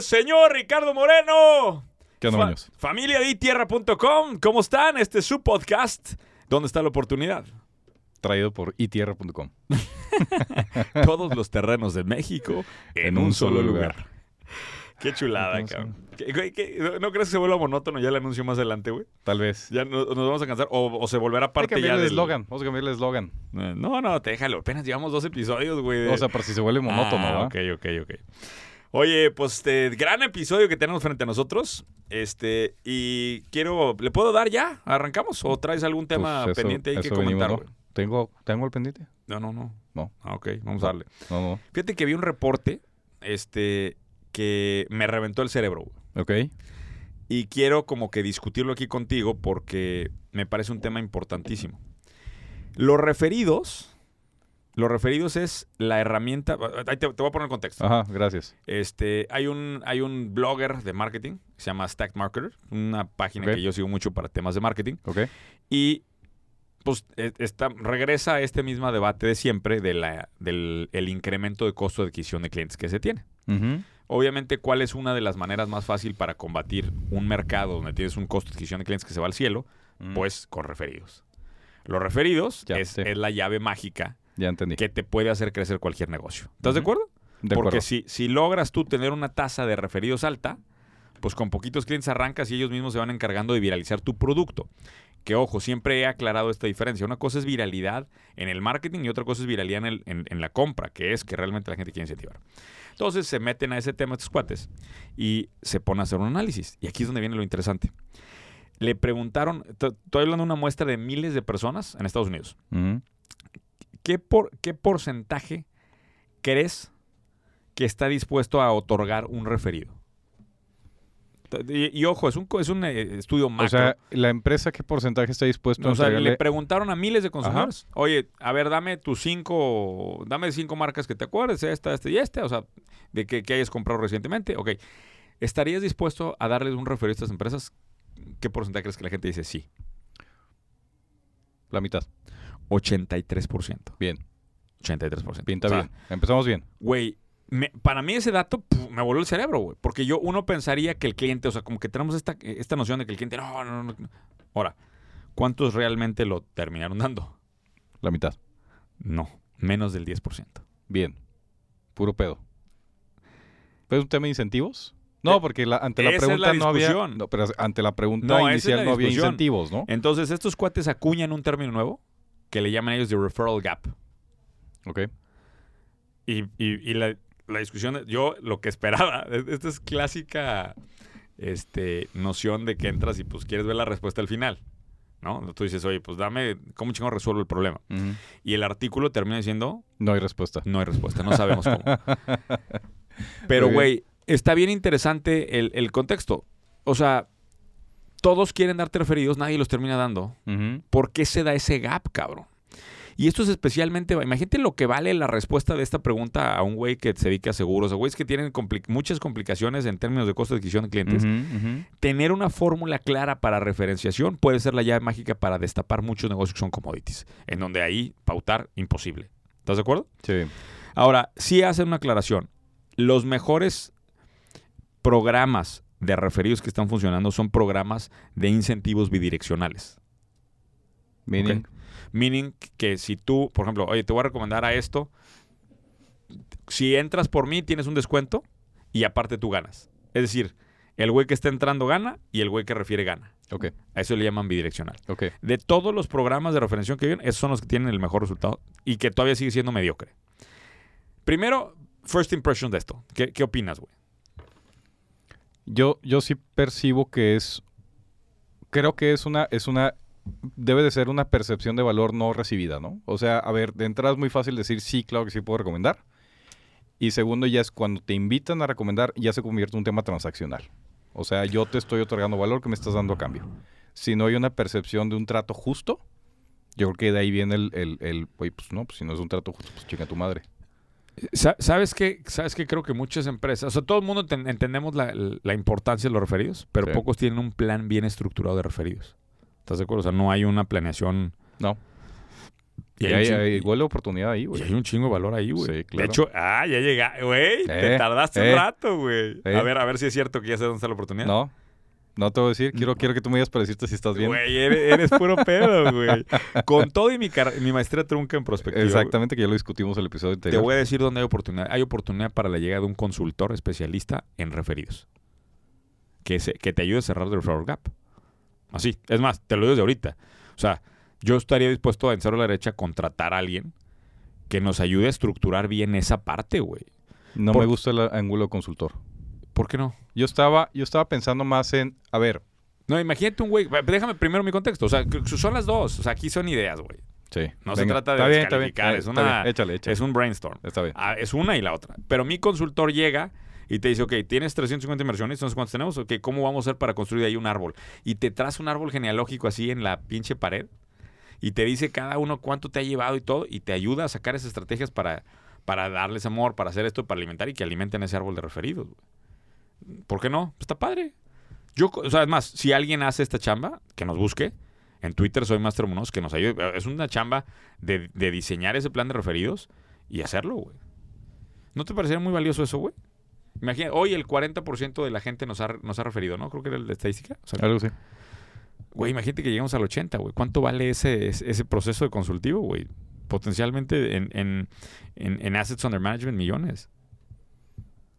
señor Ricardo Moreno. ¿Qué onda, Fa- Muñoz? familiaditierra.com, ¿cómo están? Este es su podcast. ¿Dónde está la oportunidad? Traído por itierra.com. Todos los terrenos de México en un solo lugar. Qué chulada, Entonces- cabrón. ¿Qué- güey, qué- no- ¿No crees que se vuelva monótono ya el anuncio más adelante, güey? Tal vez. Ya no- nos vamos a cansar o, o se volverá Hay que parte ya cambiarle el del eslogan. Vamos a cambiarle el eslogan. No, no, te déjalo. Apenas llevamos dos episodios, güey. de- O sea, para si se vuelve monótono, Ah, ¿verdad? ok, Pues ok, ok. Oye, pues este gran episodio que tenemos frente a nosotros. Este, y quiero, ¿le puedo dar ya? ¿Arrancamos? ¿O traes algún tema Pues eso- pendiente ahí que eso comentar? venimos, güey? ¿no? ¿Tengo, ¿Tengo el pendiente? No, no, no. No. Ah, ok, vamos a darle. No, Fíjate que vi un reporte, este, que me reventó el cerebro. güey. no. Ok. Y quiero como que discutirlo aquí contigo porque me parece un tema importantísimo. Los referidos, los referidos es la herramienta, ahí te, te voy a poner en contexto. Ajá, gracias. Este, hay un, hay un blogger de marketing, que se llama Stack Marketer, una página Ok. que yo sigo mucho para temas de marketing. Ok. Y pues e- está, regresa a este mismo debate de siempre de la, del el incremento de costo de adquisición de clientes que se tiene. Ujú. Obviamente, ¿cuál es una de las maneras más fácil para combatir un mercado donde tienes un costo de adquisición de clientes que se va al cielo? Mm. Pues con referidos. Los referidos Ya, es, sí. es la llave mágica Ya entendí. que te puede hacer crecer cualquier negocio. ¿Estás de Ujú. acuerdo? De Porque acuerdo. si, si logras tú tener una tasa de referidos alta, pues con poquitos clientes arrancas y ellos mismos se van encargando de viralizar tu producto. Que ojo, siempre he aclarado esta diferencia. Una cosa es viralidad en el marketing y otra cosa es viralidad en, el- en- en la compra, que es que realmente la gente quiere incentivar. Entonces se meten a ese tema estos cuates y se ponen a hacer un análisis. Y aquí es donde viene lo interesante. Le preguntaron, t- estoy hablando de una muestra de miles de personas en Estados Unidos. Ujú. ¿qué, por, ¿qué porcentaje crees que está dispuesto a otorgar un referido? Y, y ojo, es un, co- es un eh, estudio macro. O sea, ¿la empresa qué porcentaje está dispuesto a O sea, le entregarle? preguntaron a miles de consumidores, oye, a ver, dame tus cinco, dame cinco marcas que te acuerdes, esta, esta y esta, o sea, de que, que hayas comprado recientemente. Ok, ¿estarías dispuesto a darles un referido a estas empresas? ¿Qué porcentaje crees que la gente dice sí? La mitad. 83%. Bien. 83%. Pinta O sea, bien. Empezamos bien. Güey, me- para mí ese dato puf, me voló el cerebro, güey. Porque yo, uno pensaría que el cliente, o sea, como que tenemos esta, esta noción de que el cliente, no, no, no. no". Ahora, ¿cuántos realmente lo terminaron dando? La mitad. No, menos del 10%. Bien. Puro pedo. ¿Pero es un tema de incentivos? No, porque la- ante la Eh, Esa es pregunta la no había. discusión. No, pero ante la pregunta No, esa es inicial la no había discusión. Eh. incentivos, ¿no? Entonces, estos cuates acuñan un término nuevo que le llaman ellos de referral gap. Ok. Y, y- y la, la discusión, yo lo que esperaba, e-, esta es clásica este, noción de que entras y pues quieres ver la respuesta al final. ¿No? Tú dices, oye, pues dame, ¿cómo chingón resuelvo el problema? Ujú. Y el artículo termina diciendo, No hay respuesta. no hay respuesta, no sabemos cómo. Pero, Muy güey, está bien interesante el, el contexto. O sea, todos quieren darte referidos, nadie los termina dando. Ujú. ¿Por qué se da ese gap, cabrón? Y esto es especialmente, imagínate lo que vale la respuesta de esta pregunta a un güey que se dedica a seguros, a güeyes que tienen compli- muchas complicaciones en términos de costo de adquisición de clientes. Ujú, ujú. Tener una fórmula clara para referenciación puede ser la llave mágica para destapar muchos negocios que son commodities, en donde ahí pautar imposible. ¿Estás de acuerdo? Sí. Ahora, sí hacen una aclaración. Los mejores programas de referidos que están funcionando son programas de incentivos bidireccionales. Meaning. Ok. Meaning que si tú, por ejemplo, oye, te voy a recomendar a esto, si entras por mí tienes un descuento y aparte tú ganas. Es decir, el güey que está entrando gana y el güey que refiere gana. Ok. A eso le llaman bidireccional. Ok. De todos los programas de referenciación que vienen, esos son los que tienen el mejor resultado y que todavía sigue siendo mediocre. Primero, first impression de esto. ¿Qué, qué opinas, güey? Yo, yo sí percibo que es. Creo que es una, es una. Debe de ser una percepción de valor no recibida, ¿no? O sea, a ver, de entrada es muy fácil decir sí, claro que sí puedo recomendar. Y segundo, ya es cuando te invitan a recomendar, ya se convierte en un tema transaccional. O sea, yo te estoy otorgando valor que me estás dando a cambio. Si no hay una percepción de un trato justo, yo creo que de ahí viene el, el, el, oye, pues no, pues si no es un trato justo, pues chinga tu madre. ¿Sabes qué? ¿Sabes qué? Creo que muchas empresas, o sea, todo el mundo ten- entendemos la, la importancia de los referidos, pero Sí. pocos tienen un plan bien estructurado de referidos. ¿Estás de acuerdo? O sea, no hay una planeación No. Y, hay, hay, igual la oportunidad ahí, güey. Y hay un chingo de valor ahí, güey. Sí, claro. De hecho, ah, ya llegaste, güey. Eh, te tardaste eh, un rato, güey. eh. A ver, a ver si es cierto que ya Mm. sé dónde está la oportunidad. No, no te voy a decir. Quiero, quiero que tú me digas para decirte si estás bien. Güey, eres, eres puro pedo, güey. Con todo y mi, car- mi maestría trunca en prospectiva. güey, Exactamente, que ya lo discutimos el episodio Te anterior. voy a decir dónde hay oportunidad. Hay oportunidad para la llegada de un consultor especialista en referidos. Que, se- que te ayude a cerrar el referral gap. Así. Es más, te lo digo desde ahorita. O sea, yo estaría dispuesto a en cero a la derecha contratar a alguien que nos ayude a estructurar bien esa parte, güey. No por- me gusta el ángulo consultor. ¿Por qué no? Yo estaba, yo estaba pensando más en, a ver, No, imagínate un güey. Déjame primero mi contexto. O sea, que- son las dos. O sea, aquí son ideas, güey. sí. No se trata de Está bien, está descalificar, bien, es está una- bien. Échale, échale. Es un brainstorm. Está bien. Ah, es una y la otra. Pero mi consultor llega y te dice, ok, tienes 350 inversiones, entonces cuántos tenemos, ok, ¿cómo vamos a hacer para construir ahí un árbol? Y te traza un árbol genealógico así en la pinche pared y te dice cada uno cuánto te ha llevado y todo y te ayuda a sacar esas estrategias para, para darles amor, para hacer esto, para alimentar y que alimenten ese árbol de referidos. güey. ¿Por qué no? Pues Está padre. Yo, co- o sea, además, si alguien hace esta chamba, que nos busque. En Twitter soy Master Munoz, que nos ayude. Es una chamba de, de diseñar ese plan de referidos y hacerlo, güey. ¿No te parecería muy valioso eso, güey? Imagina, hoy el 40% de la gente nos ha, nos ha referido, ¿no? Creo que era la estadística. O sea, Algo así. Güey, imagínate que llegamos al 80, güey. ¿Cuánto vale ese, ese ese proceso de consultivo, güey? Potencialmente en, en, en- en assets under management, millones.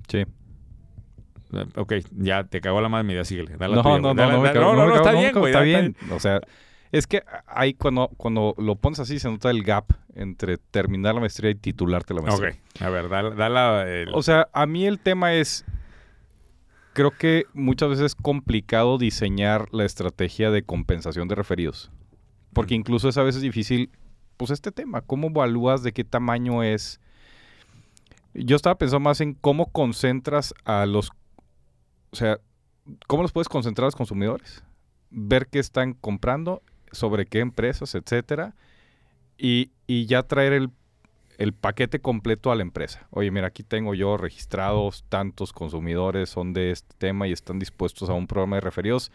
Sí. Eh, Ok, ya te cagó la madre mi idea, síguele. Dale No, no, no, no, me no, cago, no, me no, cago, está me bien, cago, güey. Está dale, bien. O sea, es que ahí cuando, cuando lo pones así se nota el gap entre terminar la maestría y titularte la maestría. Ok, pues a ver, dale, dale el- O sea, a mí el tema es, creo que muchas veces es complicado diseñar la estrategia de compensación de referidos. Porque Mm. incluso es a veces difícil, pues este tema, ¿cómo evalúas de qué tamaño es? Yo estaba pensando más en cómo concentras a los, o sea, cómo los puedes concentrar a los consumidores, ver qué están comprando, sobre qué empresas, etcétera, y, y ya traer el el paquete completo a la empresa. Oye, mira, aquí tengo yo registrados tantos consumidores, son de este tema y están dispuestos a un programa de referidos.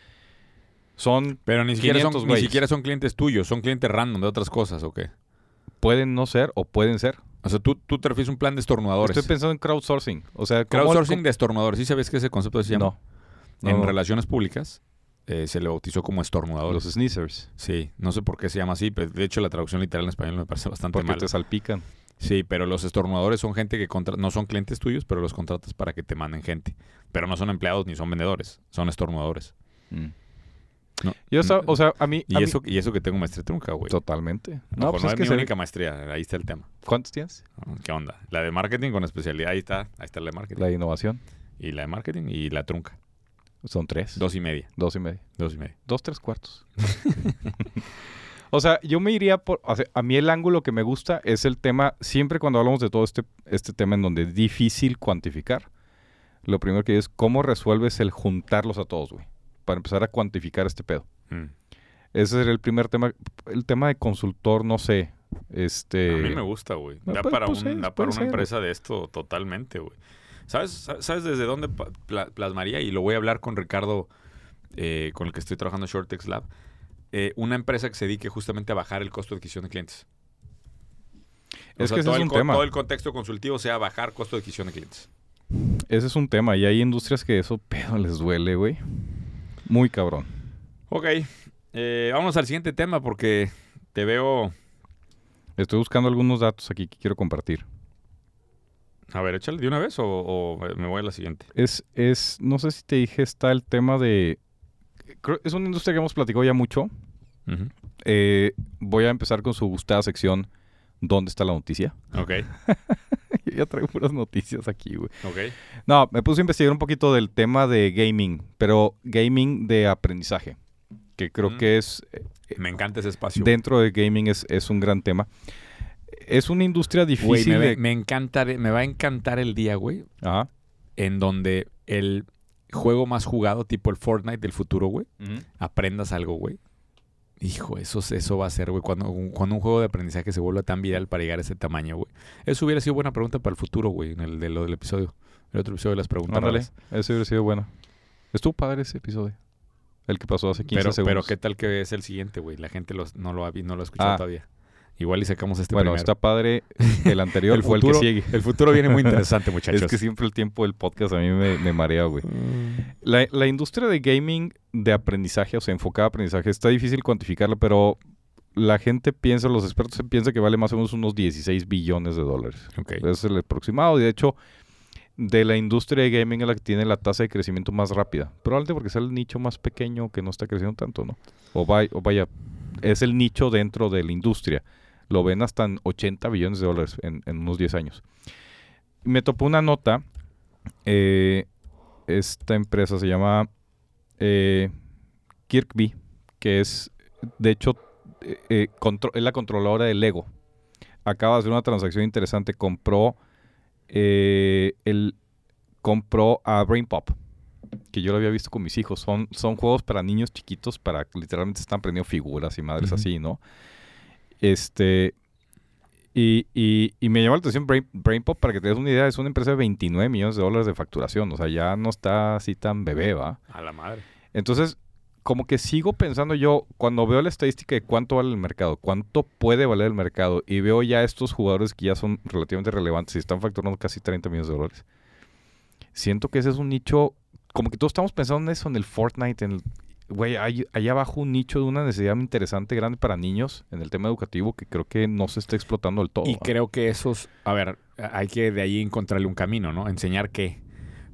Son, pero ni siquiera, 500 son, ni güeyes. siquiera son clientes tuyos, son clientes random de otras cosas, ¿o qué? pueden no ser o pueden ser. O sea, tú, tú te refieres a un plan de estornudadores. Estoy pensando en crowdsourcing. O sea, ¿cómo- Crowdsourcing de estornudadores. ¿Sí sabes qué ese concepto se cómo- llama? No. No, en no. relaciones públicas eh, se le bautizó como estornudadores. Los sneezers. Sí, no sé por qué se llama así, pero de hecho la traducción literal en español me parece bastante Porque mala. te salpican. Sí, pero los estornudadores son gente que contra- no son clientes tuyos, pero los contratas para que te manden gente. Pero no son empleados ni son vendedores, son estornudadores. Mm. No. Yo estaba- o sea, a mí... Y a mí- eso, y eso que tengo maestría trunca, güey. Totalmente. No, No, pues no es es que mi se ve- única maestría, ahí está el tema. ¿Cuántos tienes? ¿Qué onda? La de marketing con especialidad, ahí está, ahí está la de marketing. La de innovación. Y la de marketing y la trunca. Son tres. Dos y media, Dos y medio. dos y media. Dos, tres cuartos. o sea, yo me iría por... o sea, a mí el ángulo que me gusta es el tema, siempre cuando hablamos de todo este, este tema en donde es difícil cuantificar, lo primero que es cómo resuelves el juntarlos a todos, güey, para empezar a cuantificar este pedo. Mm. Ese sería el primer tema. El tema de consultor, no sé. Este... A mí me gusta, güey. Ah, Da pues, para, pues, un- es, da para puede una ser. empresa de esto totalmente, güey. ¿Sabes, sa- ¿Sabes desde dónde pa- pla- plasmaría? Y lo voy a hablar con Ricardo, eh, con el que estoy trabajando en Shortex Lab. eh, una empresa que se dedique justamente a bajar el costo de adquisición de clientes. Es que ese todo es el un co- tema. Todo el contexto consultivo sea bajar costo de adquisición de clientes. Ese es un tema. Y hay industrias que eso pedo les duele, güey. Muy cabrón. Ok. eh, vámonos al siguiente tema porque te veo... Estoy buscando algunos datos aquí que quiero compartir. A ver, échale de una vez o, o eh, me voy a la siguiente. Es, es, no sé si te dije, está el tema de... creo- es una industria que hemos platicado ya mucho. Ujú. Eh, voy a empezar con su gustada sección, ¿dónde está la noticia? Ok, Yo ya traigo puras noticias aquí, güey. ok. No, me puse a investigar un poquito del tema de gaming, pero gaming de aprendizaje, que creo Mm. que es, eh, Me encanta ese espacio. dentro de gaming es, es un gran tema. Es una industria Güey, difícil me, ve- de... me encantar- me va a encantar el día, güey, Ajá. en donde el juego más jugado, tipo el Fortnite del futuro, güey, aprendas algo, güey. Hijo, eso, es- eso va a ser, güey, cuando, un- cuando un juego de aprendizaje se vuelva tan viral para llegar a ese tamaño, güey. Eso hubiera sido buena pregunta para el futuro, güey, en el de lo del episodio. El otro episodio de las preguntas Ándale, raras. eso hubiera sido bueno. Estuvo padre ese episodio. El que pasó hace 15 Pero, segundos. pero qué tal que es el siguiente, güey. La gente los- no lo ha vi- no lo ha escuchado Ah. todavía. Igual y sacamos este bueno, primero. está padre. El anterior el fue futuro, el que sigue. El futuro viene muy interesante, muchachos. Es que siempre el tiempo del podcast a mí me, me marea, güey. La, la industria de gaming de aprendizaje, o sea, enfocada a aprendizaje, está difícil cuantificarla, pero la gente piensa, los expertos piensan que vale más o menos unos 16 billones de dólares. Ok. Ese es el aproximado. Y de hecho, de la industria de gaming es la que tiene la tasa de crecimiento más rápida. Probablemente porque es el nicho más pequeño que no está creciendo tanto, ¿no? O, vay- o vaya, es el nicho dentro de la industria. Lo ven hasta en 80 billones de dólares en, en unos 10 años. Me topó una nota. eh, esta empresa se llama eh, Kirkby, que es, de hecho, eh, eh, contro- es la controladora de Lego. Acaba de hacer una transacción interesante. Compró eh, el compró a Brain Pop, que yo lo había visto con mis hijos. Son, son juegos para niños chiquitos, para literalmente están aprendiendo figuras y madres Ujú. así, ¿no? Este. Y, y- y me llamó la atención Brain, Brain Pop, para que te des una idea, es una empresa de 29 millones de dólares de facturación. O sea, ya no está así tan bebé, ¿va? A la madre. Entonces, como que sigo pensando yo, cuando veo la estadística de cuánto vale el mercado, cuánto puede valer el mercado, y veo ya estos jugadores que ya son relativamente relevantes y están facturando casi 30 millones de dólares, siento que ese es un nicho, como que todos estamos pensando en eso, en el Fortnite, en el... Güey, hay allá abajo un nicho de una necesidad interesante, grande para niños en el tema educativo que creo que no se está explotando del todo. Y ¿va? creo que esos, a ver, hay que de ahí encontrarle un camino, ¿no? Enseñar qué.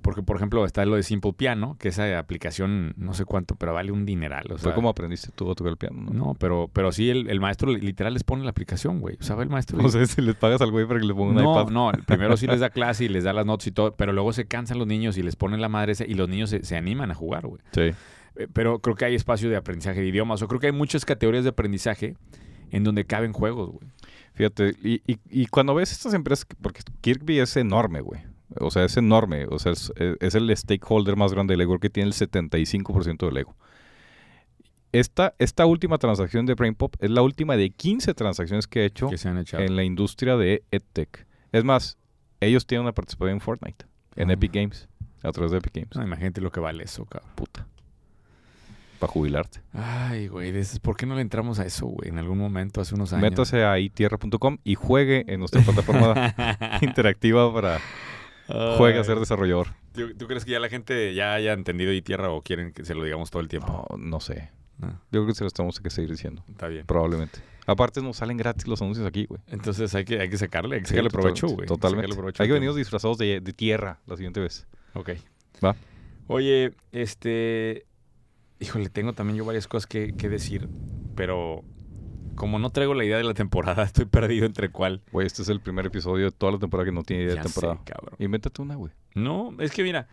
Porque, por ejemplo, está lo de Simple Piano, que esa aplicación no sé cuánto, pero vale un dineral. O Fue sea, como aprendiste tú a tocar el piano, ¿no? No, pero, pero sí el, el maestro li- literal les pone la aplicación, güey. O sea, va el maestro. y- No sé si les pagas al güey para que le ponga un no, iPad. no, primero sí les da clase y les da las notas y todo, pero luego se cansan los niños y les ponen la madre esa y los niños se, se animan a jugar, güey. Sí. Eh, Pero creo que hay espacio de aprendizaje de idiomas, o creo que hay muchas categorías de aprendizaje en donde caben juegos, güey. Fíjate, y, y- y cuando ves estas empresas, que- porque Kirby es enorme, güey. O sea, es enorme. O sea, es, eh, es el stakeholder más grande de Lego, creo que tiene el 75% de Lego. Esta, esta última transacción de BrainPop es la última de 15 transacciones que he hecho Que se han echado. en la industria de EdTech. Es más, ellos tienen una participación en Fortnite, en Ah. Epic Games, a través de Epic Games. No, imagínate lo que vale eso, cabrón. Puta. Para jubilarte. Ay, güey, dices, ¿por qué no le entramos a eso, güey? En algún momento, hace unos años. Métase a itierra.com y juegue en nuestra plataforma interactiva para juegue a ser desarrollador. ¿Tú, tú crees que ya la gente ya haya entendido y tierra o quieren que se lo digamos todo el tiempo? No, no sé. No, Yo creo que se lo tenemos que seguir diciendo. está bien. Probablemente. Aparte nos salen gratis los anuncios aquí, güey. Entonces hay que, hay que sacarle, hay que Sí, sacarle totalmente, provecho, güey. Totalmente. Sacarle provecho hay que al venirnos disfrazados de, de tierra la siguiente vez. Ok. Va. Oye, este. Híjole, tengo también yo varias cosas que, que decir, pero como no traigo la idea de la temporada, estoy perdido entre cuál. Güey, este es el primer episodio de toda la temporada que no tiene idea Ya de sé, temporada. cabrón. Invéntate una, güey. No, es que mira,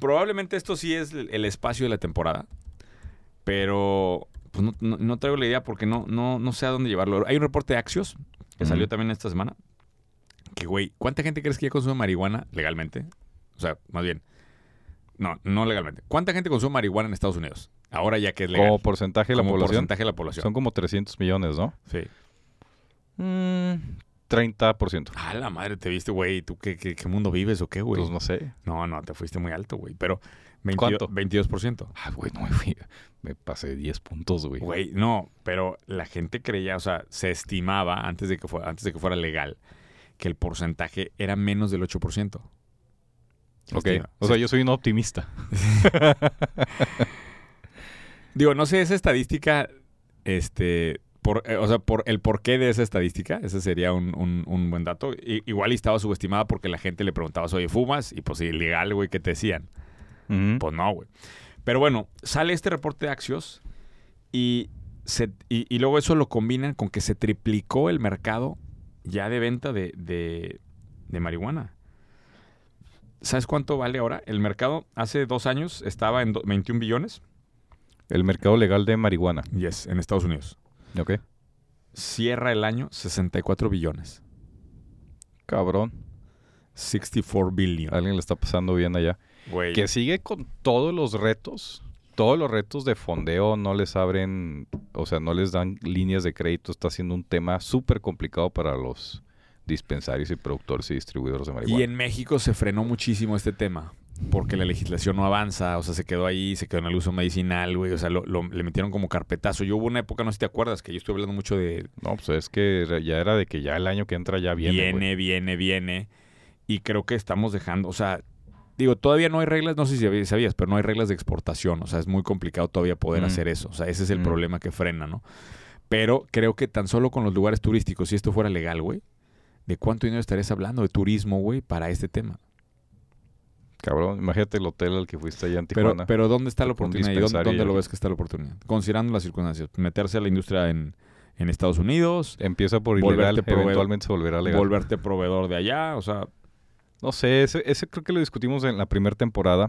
probablemente esto sí es el el espacio de la temporada, pero pues no, no- no traigo la idea porque no, no, no sé a dónde llevarlo. Hay un reporte de Axios que Ujú. salió también esta semana. Que, güey, ¿cuánta gente crees que ya consume marihuana legalmente? O sea, más bien, no, no legalmente. ¿Cuánta gente consume marihuana en Estados Unidos? Ahora ya que es legal. Como porcentaje de la Como población. porcentaje de la población. Son como 300 millones, ¿no? Sí. Mm, 30%. A la madre, te viste, güey. ¿Tú qué, qué- qué mundo vives o qué, güey? Pues no sé. No, no, te fuiste muy alto, güey. Pero 22, 22%. ¿Cuánto? Ah, güey, no me fui. Me pasé 10 puntos, güey. Güey, no, pero la gente creía, o sea, se estimaba antes de que fuera, antes de que fuera legal que el porcentaje era menos del 8%. Se Ok. estima. O sea, yo soy un optimista. Digo, no sé esa estadística, este, por, eh, o sea, por el porqué de esa estadística, ese sería un, un- un buen dato. I- igual y estaba subestimada porque la gente le preguntaba, oye, ¿fumas? Y pues ilegal, güey, ¿qué te decían? Ujú. Pues no, güey. Pero bueno, sale este reporte de Axios y, se- y, y luego eso lo combinan con que se triplicó el mercado ya de venta de, de- de marihuana. ¿Sabes cuánto vale ahora? El mercado hace dos años estaba en do- 21 billones. El mercado legal de marihuana. Yes, en Estados Unidos. Ok. Cierra el año 64 billones. Cabrón. 64 billion. Alguien le está pasando bien allá. Güey. que sigue con todos los retos. Todos los retos de fondeo no les abren, o sea, no les dan líneas de crédito. Está siendo un tema súper complicado para los dispensarios y productores y distribuidores de Y marihuana. en México se frenó muchísimo este tema. porque la legislación no avanza, o sea, se quedó ahí, se quedó en el uso medicinal, güey, o sea, lo, lo- le metieron como carpetazo. Yo hubo una época, no sé si te acuerdas, que yo estuve hablando mucho de No, pues es que re- ya era de que ya el año que entra ya viene. viene, güey. viene, viene. Y creo que estamos dejando, o sea, digo, todavía no hay reglas, no sé si sabías, pero no hay reglas de exportación, o sea, es muy complicado todavía poder Mm. hacer eso, o sea, ese es el Mm. problema que frena, ¿no? Pero creo que tan solo con los lugares turísticos, si esto fuera legal, güey, ¿de cuánto dinero estarías hablando de turismo, güey, para este tema? Cabrón, imagínate el hotel al que fuiste allá en Pero, Tijuana. pero ¿dónde está la Con un oportunidad? ¿Y ¿Dónde, dispensario dónde y lo algo. ves que está la oportunidad? Considerando las circunstancias, meterse a la industria en, en Estados Unidos, Empieza por Volverte ilegal, proveedor. eventualmente se volverá legal. volverte proveedor de allá, o sea, no sé, ese, ese creo que lo discutimos en la primera temporada.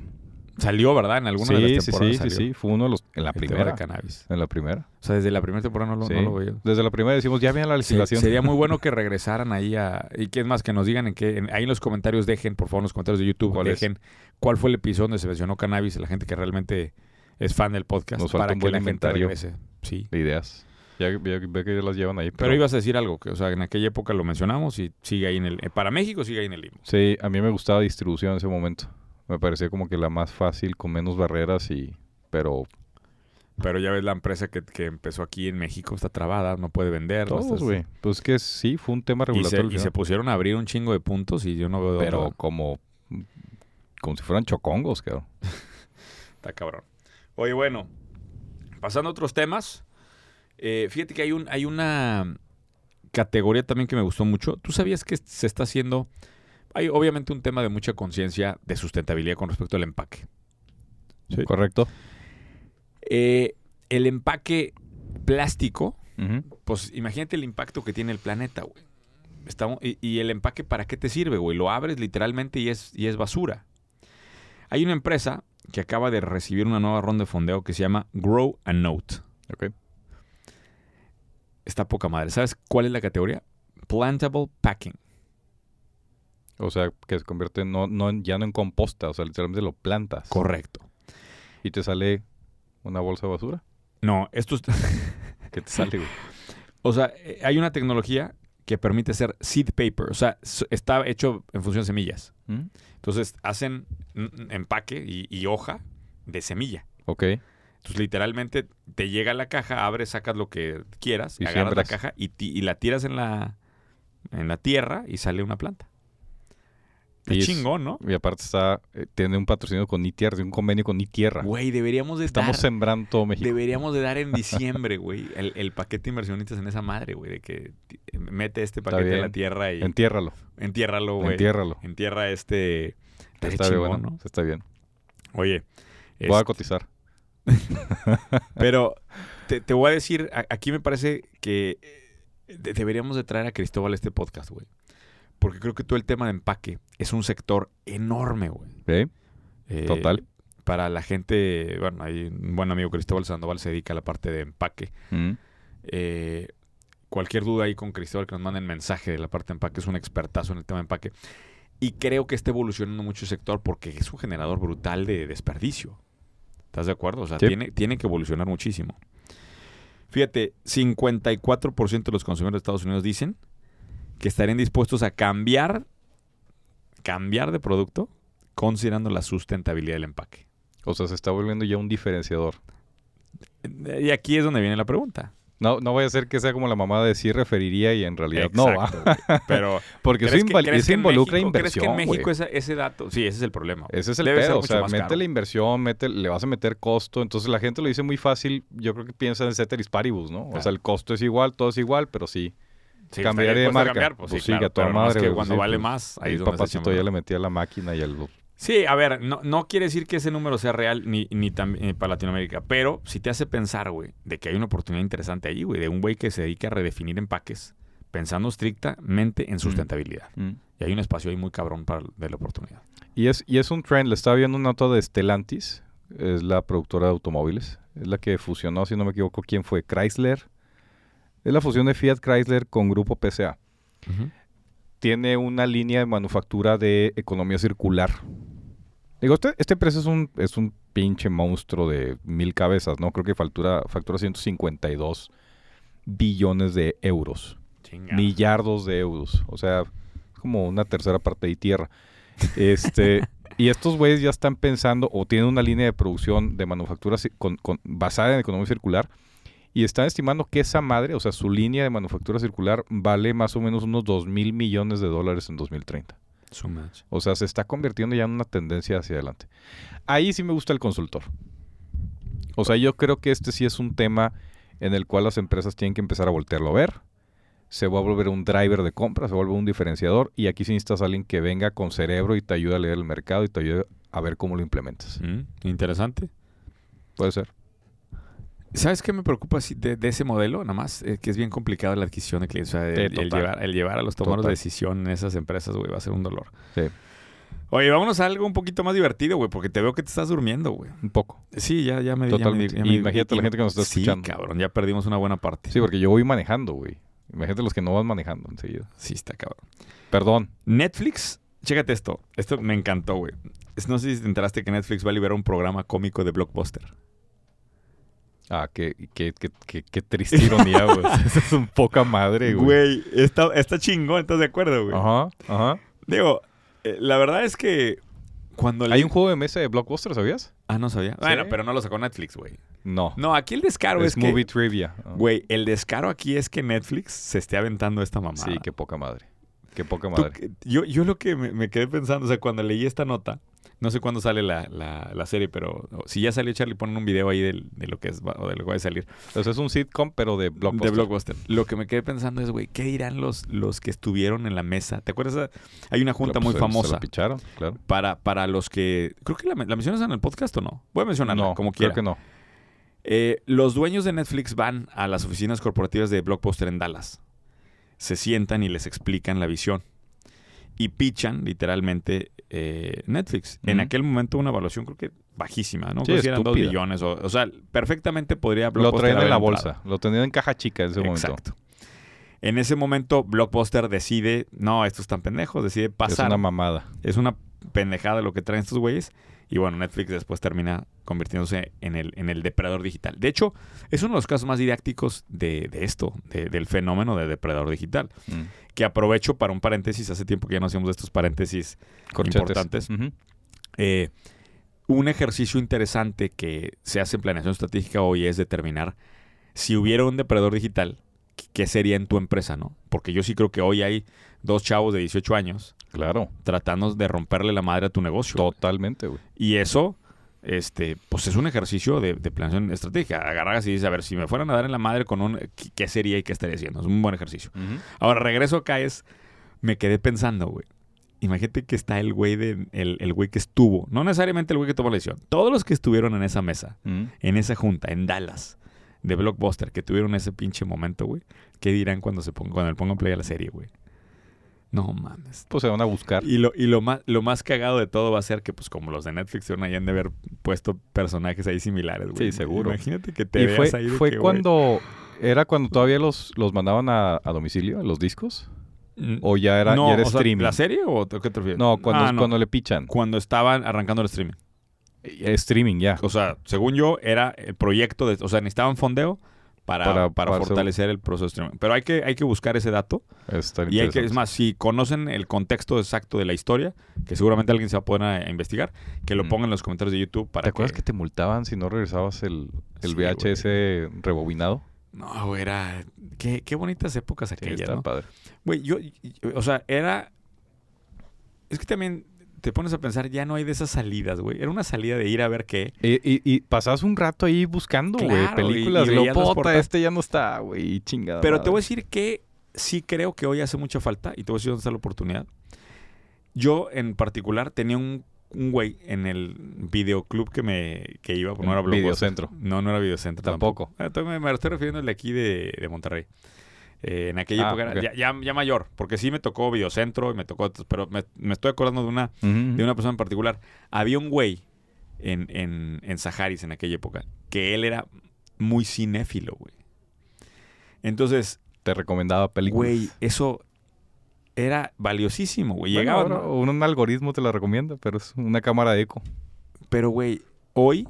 salió, ¿verdad? En alguna Sí, de sí, las sí, temporadas. sí, salió. sí, fue uno de los... En la El tema primera. de cannabis. En la primera. O sea, desde la primera temporada no lo, Sí. no lo veo. Desde la primera decimos, ya viene la Se- legislación. sería muy bueno que regresaran ahí a... Y que es más, que nos digan en qué... en- ahí en los comentarios dejen, por favor, en los comentarios de YouTube, ¿Cuál es? dejen cuál fue el episodio donde se mencionó cannabis, la gente que realmente es fan del podcast, Nos falta para un que buen la inventario. gente regrese. Sí. de ideas. Ya, ya ve que ya las llevan ahí. Pero, ibas a decir algo, que, o sea, en aquella época lo mencionamos y sigue ahí en el... eh, Para México sigue ahí en el limbo. Sí, a mí me gustaba distribución en ese momento. Me parecía como que la más fácil, con menos barreras y... Pero Pero ya ves la empresa que, que empezó aquí en México, está trabada, no puede vender. no todos, estás- güey. Pues que sí, fue un tema Y se, regulatorio. al y se final. pusieron a abrir un chingo de puntos y yo no veo... de pero otra. como... mm, Como si fueran chocongos, cabrón. Está cabrón. Oye, bueno, pasando a otros temas, eh, fíjate que hay, un, hay una categoría también que me gustó mucho. ¿Tú sabías que se está haciendo? Hay obviamente un tema de mucha conciencia de sustentabilidad con respecto al empaque. Sí. ¿Correcto? Eh, el empaque plástico, pues imagínate el impacto que tiene el planeta, güey. Estamos- y, y el empaque, ¿para qué te sirve, güey? Lo abres literalmente y es, y es basura. Hay una empresa que acaba de recibir una nueva ronda de fondeo que se llama Grow a Note. Ok. Está poca madre. ¿Sabes cuál es la categoría? Plantable packing. O sea, que se convierte no, no, en- ya no en composta. O sea, literalmente lo plantas. Correcto. Y te sale una bolsa de basura. No, esto es... ¿Qué te sale, güey? O sea, eh, hay una tecnología que permite hacer seed paper. O sea, s- está hecho en función de semillas. ¿Mm? Entonces, hacen mm, empaque y, y hoja de semilla. Ok. Entonces, literalmente, te llega la caja, abres, sacas lo que quieras, Y agarras la siembras. caja y, ti- y la tiras en la, en la tierra y sale una planta. Qué Y es- chingón, ¿no? Y aparte está... eh, tiene un patrocinio con Nitierra. Tiene un convenio con Nitierra. Güey, deberíamos de Estamos dar- sembrando todo México. Deberíamos de dar en diciembre, güey, el, el paquete de inversionistas en esa madre, güey, de que ti- mete este Está paquete a la bien. tierra y Entiérralo. entiérralo, güey. Entiérralo. Entierra este... Estaría Está chingón, bien, ¿no? Está bien. Oye, Voy a es- cotizar. pero te, te voy a decir, a- aquí me parece que eh, de- deberíamos de traer a Cristóbal a este podcast, güey. Porque creo que todo el tema de empaque es un sector enorme, güey. ¿Ok? Eh, Total. Para la gente, bueno, hay un buen amigo Cristóbal Sandoval se dedica a la parte de empaque. Mm. Eh, cualquier duda ahí con Cristóbal que nos manden mensaje de la parte de empaque, es un expertazo en el tema de empaque. Y creo que está evolucionando mucho el sector porque es un generador brutal de desperdicio. ¿Estás de acuerdo? O sea, Sí. tiene, tiene que evolucionar muchísimo. Fíjate, 54% de los consumidores de Estados Unidos dicen que estarían dispuestos a cambiar, cambiar de producto considerando la sustentabilidad del empaque. O sea, se está volviendo ya un diferenciador. Eh, Y aquí es donde viene la pregunta. No, no vaya a ser que sea como la mamá de sí referiría y en realidad no va. Exacto, güey. Pero Porque eso, ¿Crees que- inval- crees eso que en involucra México- inversión. ¿Crees que en México güey. Eh, esa- ese dato? Sí, ese es el problema. güey. Ese es el debe ser pedo. O mucho sea, más mete caro. la inversión, mete, le vas a meter costo. Entonces la gente lo dice muy fácil. Yo creo que piensa en Ceteris Paribus, ¿no? O Claro. sea, el costo es igual, todo es igual, pero sí. Sí, cambiaré estaría de dispuesto a marca. cambiar, pues, Pues sí, sí, que claro, a toda pero nomás madre, que güey, cuando sí, vale pues, más, ahí el es donde se papacito llama. ya le metía la máquina y el... Sí, a ver, no, no quiere decir que ese número sea real ni, ni, tam- ni para Latinoamérica, pero si te hace pensar, güey, de que hay una oportunidad interesante ahí, güey, de un güey que se dedica a redefinir empaques pensando estrictamente en sustentabilidad. Y hay un espacio ahí muy cabrón para, de la oportunidad. Y es, y es un trend, le estaba viendo una nota de Stellantis, es la productora de automóviles, es la que fusionó, si no me equivoco, quién fue, Chrysler. Es la fusión de Fiat Chrysler con Grupo PSA. Tiene una línea de manufactura de economía circular. Digo, este, este empresa es un, es un pinche monstruo de mil cabezas, ¿no? Creo que factura, factura 152 billones de euros Chinga. millardos de euros. O sea, como una tercera parte de tierra. Este, Y estos güeyes ya están pensando o tienen una línea de producción de manufactura ci- con- con- basada en economía circular y están estimando que esa madre, o sea, su línea de manufactura circular vale más o menos unos 2 mil millones de dólares en 2030. So much. O sea, se está convirtiendo ya en una tendencia hacia adelante. Ahí sí me gusta el consultor. O sea, yo creo que este sí es un tema en el cual las empresas tienen que empezar a voltearlo a ver. Se va a volver un driver de compra, se vuelve un diferenciador y aquí sí necesitas a alguien que venga con cerebro y te ayude a leer el mercado y te ayude a ver cómo lo implementas. Mm, interesante. Puede ser. ¿Sabes qué me preocupa así de, de ese modelo? Nada más eh, que es bien complicado la adquisición de clientes. O sea, el, Sí, el total. llevar, el llevar a los tomadores de Total. decisión en esas empresas, güey, va a ser un dolor. Sí. Oye, vámonos a algo un poquito más divertido, güey, porque te veo que te estás durmiendo, güey. Un poco. Sí, ya, ya me di- ya me di- Totalmente. ya me di- Imagínate la gente que nos está sí, escuchando. cabrón, ya perdimos una buena parte. Sí, porque yo voy manejando, güey. Imagínate los que no van manejando enseguida. Sí, está cabrón. Perdón. Netflix, chécate esto. Esto me encantó, güey. Es- No sé si te enteraste que Netflix va a liberar un programa cómico de blockbuster. Ah, qué, qué, qué, qué- qué triste ironía, güey. Esa es un poca madre, güey. Güey, está, está chingón, ¿estás de acuerdo, güey? Ajá, ajá. Digo, eh, la verdad es que cuando le- ¿Hay un juego de mesa de Blockbuster, sabías? Ah, no sabía. Bueno, pero no lo sacó Netflix, güey. No. No, aquí el descaro es, es, que... movie trivia. Ah, Güey, el descaro aquí es que Netflix se esté aventando esta mamada. sí, qué poca madre. Qué poca Tú- madre. yo, yo lo que me, me quedé pensando, o sea, cuando leí esta nota, no sé cuándo sale la, la- la serie, pero o- si ya salió Charlie, ponen un video ahí del- de lo que es va- o de lo que va a salir. O sea, es un sitcom, pero de Blockbuster. De Blockbuster. Lo que me quedé pensando es, güey, ¿qué dirán los, los que estuvieron en la mesa? ¿Te acuerdas? esa- Hay una junta muy Blockbuster, Pues, Se famosa lo picharon, claro. para, para los que... Creo que la, men- la mencionas en el podcast o no. Voy a mencionarla, no, como creo quiera. que no. Eh, los dueños de Netflix van a las oficinas corporativas de Blockbuster en Dallas. Se sientan y les explican la visión. Y pichan literalmente eh, Netflix. En Ujú. aquel momento una evaluación creo que bajísima, ¿no? Sí, Creo que eran dos estúpida. billones. O, o sea, perfectamente podría Lo Blockbuster traían en haber la entrado. bolsa. Lo tenían en caja chica en ese momento. Exacto. En ese momento Blockbuster decide, no, estos están pendejos, decide pasar. Es una mamada. Es una pendejada lo que traen estos güeyes. Y bueno, Netflix después termina convirtiéndose en el, en el depredador digital. De hecho, es uno de los casos más didácticos de, de esto, de- del fenómeno de depredador digital. Mm. Que aprovecho para un paréntesis, hace tiempo que ya no hacíamos estos paréntesis. Corchetes. Importantes. Ujú. Eh, un ejercicio interesante que se hace en planeación estratégica hoy es determinar si hubiera un depredador digital, qu- ¿qué sería en tu empresa, no? Porque yo sí creo que hoy hay dos chavos de 18 años Claro. tratando de romperle la madre a tu negocio. Totalmente, güey. Y eso, este, pues es un ejercicio de, de planeación estratégica. Agarras y dices, a ver, si me fueran a dar en la madre con un... ¿qué- ¿Qué sería y qué estaría haciendo? Es un buen ejercicio. Ahora, regreso acá es... Me quedé pensando, güey. Imagínate que está el güey de... El, el güey que estuvo. No necesariamente el güey que tomó la decisión. Todos los que estuvieron en esa mesa, Mm. en esa junta, en Dallas, de Blockbuster, que tuvieron ese pinche momento, güey. ¿Qué dirán cuando se ponga, cuando le pongan play a la serie, güey? No mames. Pues se van a buscar. Y lo, y lo más, lo más cagado de todo va a ser que, pues, como los de Netflix se hayan de haber puesto personajes ahí similares, güey. Sí, seguro. Imagínate que te y veas fue, ahí de fue que, güey, cuando... ¿Era cuando todavía los, los mandaban a, a domicilio, los discos? Mm, ¿O ya era, no, ya era o sea, streaming? ¿La serie o a qué te refieres? No, cuando, Ah, cuando le pichan. Cuando estaban arrancando el streaming. Eh, Streaming, ya. O sea, según yo, era el proyecto de... O sea, necesitaban fondeo para, para, Para- para hacer- fortalecer el proceso de streaming. Pero hay que, hay que buscar ese dato. Está Y hay que, es interesante. más, si conocen el contexto exacto de la historia, que seguramente alguien se va a poner a, a investigar, que lo Mm. pongan en los comentarios de YouTube para ¿Te acuerdas que te multaban si no regresabas el, el Sí, VHS rebobinado? No, güey, era. Qué, qué bonitas épocas Sí, aquellas, está ¿no? padre. Güey, yo, y- O sea, era. Es que también te pones a pensar, ya no hay de esas salidas, güey. Era una salida de ir a ver qué. Y, y, y pasabas un rato ahí buscando, güey, Claro, y- películas. y Y, veías las portadas. este ya no está, güey, chingada. Pero te voy a madre. decir que sí creo que hoy hace mucha falta y te voy a decir dónde está la oportunidad. Yo, en particular, tenía un, un güey en el videoclub que me que iba, no era En Blockbuster. Videocentro. No, no era videocentro tampoco. Tampoco. Ah, estoy- Me me estoy refiriendo al de aquí de, de Monterrey. Eh, en aquella Ah, época era ok. ya, ya- ya mayor, porque sí me tocó Videocentro y me tocó, otros, pero me, me estoy acordando de una, Ujú. de una persona en particular. Había un güey en, en, en Saharis en aquella época que él era muy cinéfilo, güey. Entonces, Te recomendaba películas. güey, eso era valiosísimo, güey. Bueno, Llegaba, ahora ¿no? un, un algoritmo te la recomienda, pero es una cámara de eco. pero güey, hoy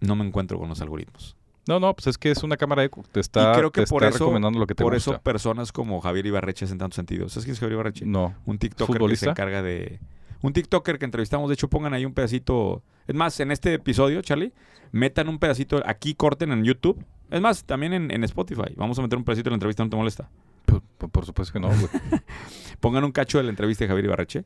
no me encuentro con los algoritmos. No, no, pues es que es una cámara de eco. Te está, creo que te por está eso- recomendando lo que te Por gusta. eso personas como Javier Ibarreche en tantos sentidos. ¿Sabes quién es Javier Ibarreche? No. Un TikToker que se ¿Futbolista? encarga de. Un TikToker que entrevistamos, de hecho, pongan ahí un pedacito. Es más, en este episodio, Charlie, metan un pedacito aquí, corten en YouTube. Es más, también en, en Spotify. Vamos a meter un pedacito de la entrevista, no te molesta. Por, por- pues, por supuesto que no, güey. Pongan un cacho de la entrevista de Javier Ibarreche.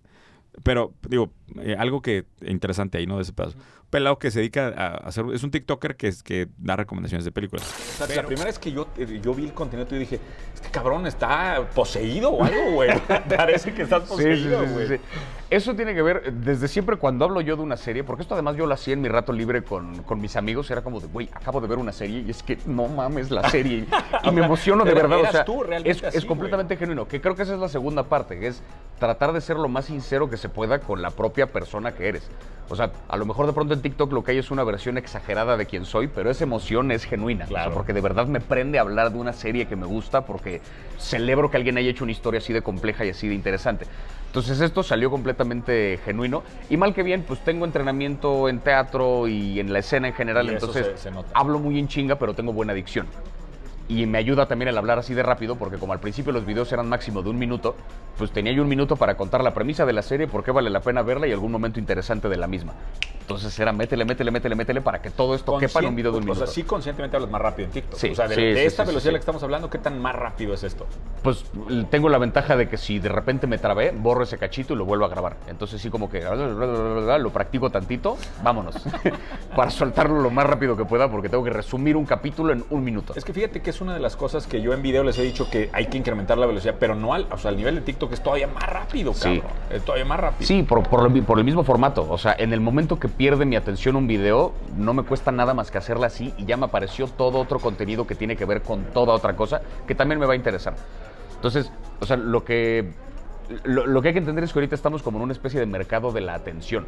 Pero, digo, eh, algo que interesante ahí, ¿no? De ese pedazo. Un pelado que se dedica a hacer. Es un TikToker que, es- que da recomendaciones de películas. O sea, la primera vez que yo, eh, yo vi el contenido, yo dije, este cabrón está poseído o algo, güey. Parece que estás Sí, sí, poseído, sí, güey. sí, sí. Eso tiene que ver, eh, desde siempre cuando hablo yo de una serie, porque esto además yo lo hacía en mi rato libre con, con mis amigos, era como de, güey, acabo de ver una serie y es que no mames la serie. y me emociono de Pero verdad, o eras sea, tú realmente es, es así, completamente genuino, que creo que esa es la segunda parte, que es tratar de ser lo más sincero que se pueda con la propia persona que eres. O sea, a lo mejor de pronto en TikTok lo que hay es una versión exagerada de quién soy, pero esa emoción es genuina. o sea, Claro. porque de verdad me prende hablar de una serie que me gusta, porque celebro que alguien haya hecho una historia así de compleja y así de interesante. Entonces esto salió completamente genuino. Y mal que bien, pues tengo entrenamiento en teatro y en la escena en general. Y eso entonces se- se nota. hablo muy en chinga, pero tengo buena dicción. Y me ayuda también el hablar así de rápido, porque como al principio los videos eran máximo de un minuto, pues tenía yo un minuto para contar la premisa de la serie, por qué vale la pena verla y algún momento interesante de la misma. Entonces era métele, métele, métele, métele para que todo esto quepa en un video de un Conscien- minuto. O sea, sí conscientemente hablas más rápido en TikTok. Sí, o sea, de, sí, de sí, esta sí, velocidad sí. de la que estamos hablando, ¿qué tan más rápido es esto? Pues l- tengo la ventaja de que si de repente me trabé, borro ese cachito y lo vuelvo a grabar. Entonces sí como que lo practico tantito, vámonos. para soltarlo lo más rápido que pueda porque tengo que resumir un capítulo en un minuto. Es que fíjate que es una de las cosas que yo en video les he dicho que hay que incrementar la velocidad, pero no al, o sea, al nivel de TikTok es todavía más rápido, Sí. cabrón. Es todavía más rápido. Sí, por, por, lo mi- por el mismo formato. O sea, en el momento que pierde mi atención un video, no me cuesta nada más que hacerla así y ya me apareció todo otro contenido que tiene que ver con toda otra cosa que también me va a interesar. Entonces, o sea, lo que, lo, lo que hay que entender es que ahorita estamos como en una especie de mercado de la atención.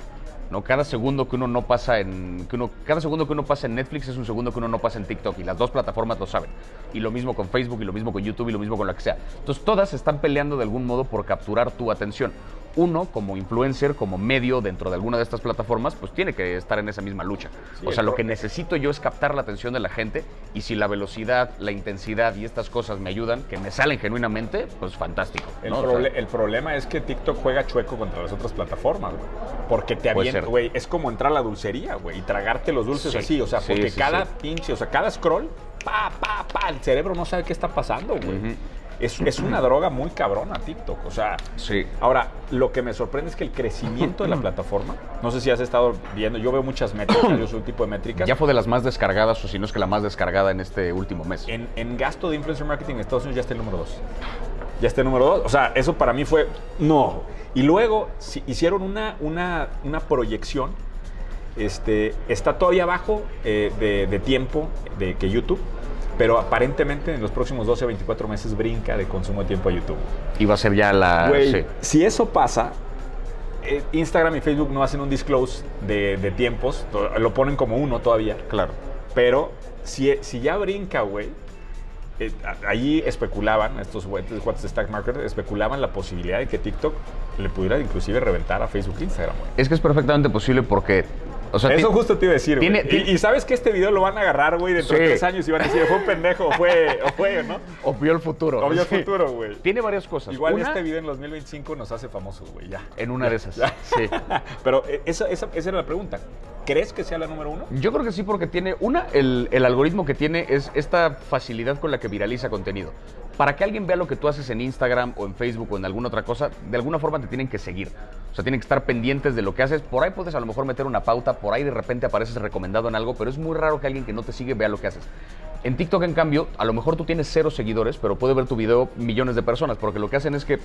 ¿no? Cada segundo que uno no pasa en. Que uno, cada segundo que uno pasa en Netflix es un segundo que uno no pasa en TikTok. Y las dos plataformas lo saben. Y lo mismo con Facebook, y lo mismo con YouTube, y lo mismo con la que sea. Entonces todas están peleando de algún modo por capturar tu atención. Uno, como influencer, como medio dentro de alguna de estas plataformas, pues tiene que estar en esa misma lucha. Sí, o sea, el lo pro- que necesito yo es captar la atención de la gente y si la velocidad, la intensidad y estas cosas me ayudan, que me salen genuinamente, pues fantástico. El, ¿no? O sea, proble- el problema es que TikTok juega chueco contra las otras plataformas, güey. Porque te Puede avienta, ser. güey. Es como entrar a la dulcería, güey, y tragarte los dulces Sí, así. O sea, sí, porque sí, cada sí. pinche, o sea, cada scroll, pa, pa, pa, el cerebro no sabe qué está pasando, güey. Ujú. es, es una droga muy cabrona TikTok. O sea, sí. Ahora, lo que me sorprende es que el crecimiento de la plataforma, no sé si has estado viendo, yo veo muchas métricas, yo soy un tipo de métricas. Ya fue de las más descargadas, o si no es que la más descargada en este último mes. en, en gasto de influencer marketing en Estados Unidos ya está el número dos. Ya está el número dos. O sea, eso para mí fue no. Y luego si- hicieron una, una, una proyección. Este, está todavía abajo eh, de, de tiempo de que YouTube, pero aparentemente en los próximos 12 a 24 meses brinca de consumo de tiempo a YouTube. Iba a ser ya la. Güey, Ah, sí. si eso pasa, eh, Instagram y Facebook no hacen un disclose de, de tiempos, to- lo ponen como uno todavía, Claro. pero si, si ya brinca, güey, eh, a- allí especulaban, estos güeyes de Stack Market especulaban la posibilidad de que TikTok le pudiera inclusive reventar a Facebook e Instagram, güey. Es que es perfectamente posible porque. O sea, Eso ti- justo te iba a decir, güey. tiene- Y, y sabes que este video lo van a agarrar, güey, dentro de Sí. tres años y van a decir, fue un pendejo, o fue, o fue, ¿no? O vio el futuro. Obvio Sí. futuro, güey. Tiene varias cosas. Igual Una, este video en 2025 nos hace famosos, güey, ya. En una de esas. Sí. Pero eh, esa, esa- esa era la pregunta. ¿Crees que sea la número uno? Yo creo que sí, porque tiene. Una, el, el algoritmo que tiene es esta facilidad con la que viraliza contenido. Para que alguien vea lo que tú haces en Instagram o en Facebook o en alguna otra cosa, de alguna forma te tienen que seguir. O sea, tienen que estar pendientes de lo que haces. Por ahí puedes a lo mejor meter una pauta, por ahí de repente apareces recomendado en algo, pero es muy raro que alguien que no te sigue vea lo que haces. En TikTok, en cambio, a lo mejor tú tienes cero seguidores, pero puede ver tu video millones de personas, porque lo que hacen es que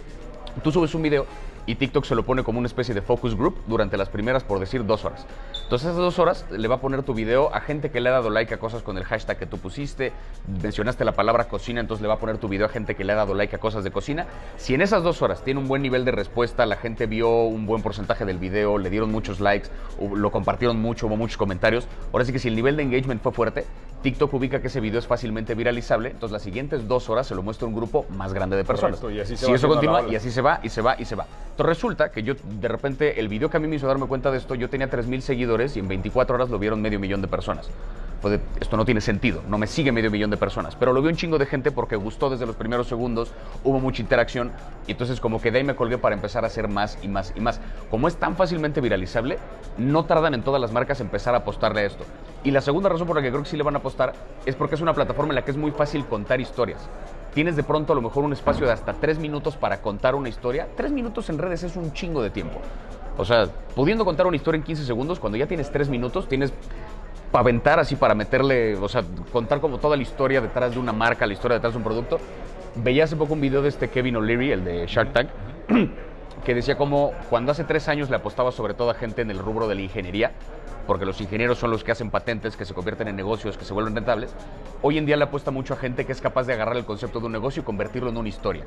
tú subes un video y TikTok se lo pone como una especie de focus group durante las primeras, por decir, dos horas. Entonces, esas dos horas le va a poner tu video a gente que le ha dado like a cosas con el hashtag que tú pusiste, mencionaste la palabra cocina, entonces le va a poner tu video a gente que le ha dado like a cosas de cocina. Si en esas dos horas tiene un buen nivel de respuesta, la gente vio un buen porcentaje del video, le dieron muchos likes, o lo compartieron mucho, hubo muchos comentarios, ahora sí que si el nivel de engagement fue fuerte, TikTok ubica que ese video es fácilmente viralizable, entonces las siguientes dos horas se lo muestra un grupo más grande de personas. Correcto, y así se si va eso haciendo la continúa, bola. y así y se va, y se va, y se va. Entonces resulta que yo, de repente, el video que a mí me hizo darme cuenta de esto, yo tenía 3.000 seguidores y en 24 horas lo vieron medio millón de personas. fue de, esto no tiene sentido, no me sigue medio millón de personas. Pero lo vio un chingo de gente porque gustó desde los primeros segundos, hubo mucha interacción y entonces como que de ahí me colgué para empezar a hacer más y más y más. Como es tan fácilmente viralizable, no tardan en todas las marcas empezar a apostarle a esto. Y la segunda razón por la que creo que sí le van a apostar es porque es una plataforma en la que es muy fácil contar historias. Tienes de pronto a lo mejor un espacio de hasta tres minutos para contar una historia. Tres minutos en redes es un chingo de tiempo. O sea, pudiendo contar una historia en 15 segundos, cuando ya tienes tres minutos, tienes para aventar así, para meterle, o sea, contar como toda la historia detrás de una marca, la historia detrás de un producto. Veía hace poco un video de este Kevin O'Leary, el de Shark Tank, que decía como cuando hace tres años le apostaba sobre todo a gente en el rubro de la ingeniería, porque los ingenieros son los que hacen patentes, que se convierten en negocios, que se vuelven rentables. Hoy en día le apuesta mucho a gente que es capaz de agarrar el concepto de un negocio y convertirlo en una historia.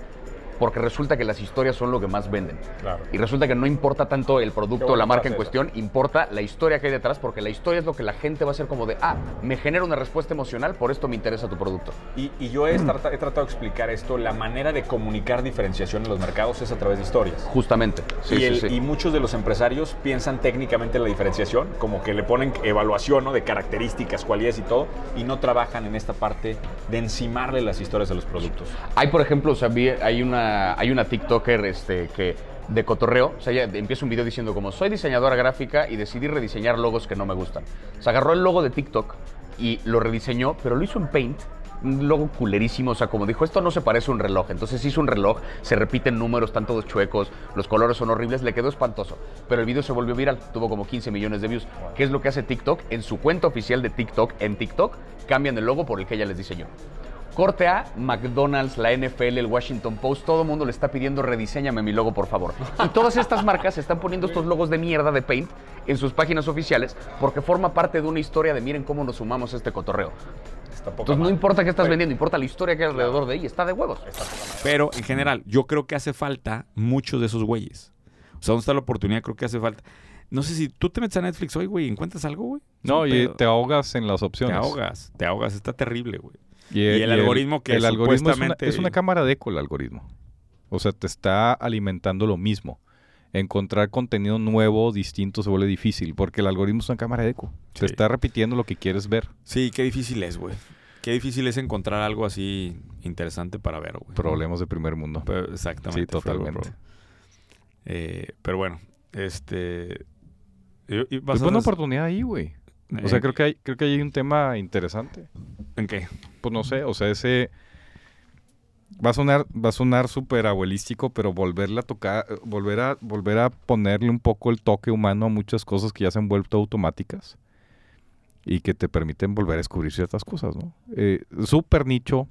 Porque resulta que las historias son lo que más venden. Claro. Y resulta que no importa tanto el producto o buena la marca en frase esa. cuestión, importa la historia que hay detrás, porque la historia es lo que la gente va a hacer como de, ah, me genera una respuesta emocional, por esto me interesa tu producto. Y, y yo he, trata- he tratado de explicar esto. La manera de comunicar diferenciación en los mercados es a través de historias. Justamente. Sí, y, sí, el- sí. y muchos de los empresarios piensan técnicamente en la diferenciación, como que le ponen evaluación ¿no? de características, cualidades y todo, y no trabajan en esta parte de encimarle las historias de los productos. Hay, por ejemplo, o sea, vi- hay una, hay una TikToker este, que de cotorreo, o sea, ella empieza un video diciendo como soy diseñadora gráfica y decidí rediseñar logos que no me gustan. Se agarró el logo de TikTok y lo rediseñó, pero lo hizo en Paint, un logo culerísimo, o sea, como dijo, esto no se parece a un reloj, entonces hizo un reloj, se repiten números, están todos chuecos, los colores son horribles, le quedó espantoso, pero el video se volvió viral, tuvo como 15 millones de views. ¿Qué es lo que hace TikTok? En su cuenta oficial de TikTok, en TikTok, cambian el logo por el que ella les diseñó. Corte A, McDonald's, la NFL, el Washington Post, todo el mundo le está pidiendo rediseñame mi logo, por favor. Y todas estas marcas están poniendo estos logos de mierda de Paint en sus páginas oficiales porque forma parte de una historia de miren cómo nos sumamos a este cotorreo. Está poca Entonces no madre. importa qué estás Sí. vendiendo, importa la historia que hay alrededor de ahí, está de huevos. Pero en general, yo creo que hace falta muchos de esos güeyes. O sea, ¿dónde está la oportunidad? Creo que hace falta. No sé si tú te metes a Netflix hoy, güey, y encuentras algo, güey. Es No, un y pedo. te ahogas en las Te opciones. ahogas, te ahogas, está terrible, güey. Y el algoritmo que es una- supuestamente- es, una, cámara de eco el algoritmo. O sea, te está alimentando lo mismo. Encontrar contenido nuevo, distinto, se vuelve difícil porque el algoritmo es una cámara de eco. Sí. Te está repitiendo lo que quieres ver. Sí, qué difícil es, güey. Qué difícil es encontrar algo así interesante para ver, güey. Problemas de primer mundo. Pero- exactamente. Sí, fue algo totalmente. pro- Eh, pero bueno, este... y- y vas Pues a- buena oportunidad ahí, güey. O Eh, sea, creo que hay, creo que hay un tema interesante. ¿En qué? Pues no sé, o sea, ese va a sonar, va a sonar súper abuelístico, pero volverle a tocar, eh, volver a, volver a ponerle un poco el toque humano a muchas cosas que ya se han vuelto automáticas y que te permiten volver a descubrir ciertas cosas, ¿no? Eh, súper nicho,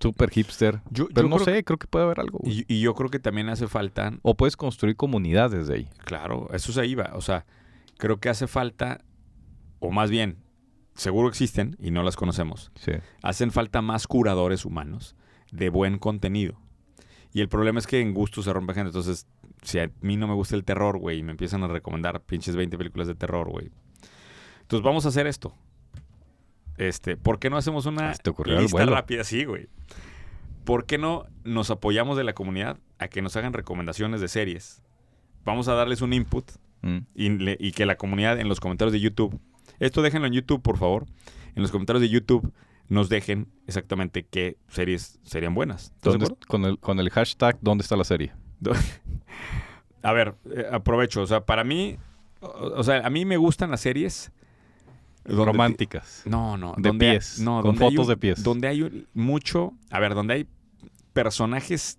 súper hipster. Yo- pero yo no creo sé, creo que puede haber algo. güey. Y, y yo creo que también hace falta O puedes construir comunidades de ahí. Claro, eso se iba. O sea, creo que hace falta, o más bien, seguro existen y no las conocemos. Sí. Hacen falta más curadores humanos de buen contenido. Y el problema es que en gusto se rompe gente. Entonces, si a mí no me gusta el terror, güey, y me empiezan a recomendar pinches 20 películas de terror, güey. Entonces, vamos a hacer esto. Este, ¿por qué no hacemos una Ah, se te ocurrió el lista vuelo. rápida? Sí, güey. ¿Por qué no nos apoyamos de la comunidad a que nos hagan recomendaciones de series? Vamos a darles un input Mm. y, le- y que la comunidad en los comentarios de YouTube, esto déjenlo en YouTube, por favor, en los comentarios de YouTube nos dejen exactamente qué series serían buenas. ¿Estás de ¿Dónde- acuerdo? con, el, con el hashtag, ¿dónde está la serie? A ver, eh, aprovecho, o sea, para mí, o, o sea, a mí me gustan las series donde ti- Románticas. No, no, De donde hay- pies, no, con donde hay fotos un- de pies. Donde hay un- mucho, a ver, donde hay personajes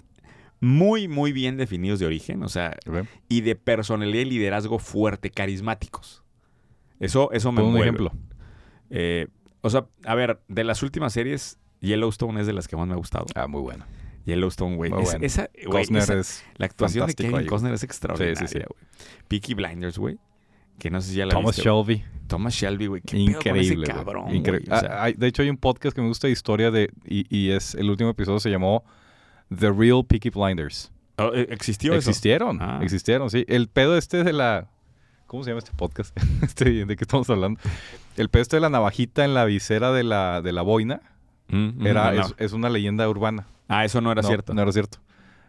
muy, muy bien definidos de origen, o sea, Ok. y de personalidad y liderazgo fuerte, carismáticos. Eso, eso me Pon un envuelve. ejemplo. Eh, o sea, a ver, de las últimas series, Yellowstone es de las que más me ha gustado. Ah, muy bueno. Yellowstone, güey. Muy Es- bueno. Esa, güey, Costner esa- es la actuación de fantástico Kevin ahí, güey. Costner es extraordinaria, Sí, sí, sí. güey. Peaky Blinders, güey. Que no sé si ya la Thomas viste, güey. Shelby. Thomas Shelby, güey. ¿Qué pedo con ese Increíble. güey. cabrón, Incre- güey? O sea, Ah, hay- de hecho, hay un podcast que me gusta de historia de, y, y es el último episodio se llamó The Real Peaky Blinders. oh, eh, ¿Existió eso? Existieron, Ah. existieron, sí. El pedo este de la. ¿Cómo se llama este podcast? Este, ¿De qué estamos hablando? El pedo este de la navajita en la visera de la, de la boina Mm, mm, era, no. es, es una leyenda urbana. Ah, eso no era No, cierto. No era cierto.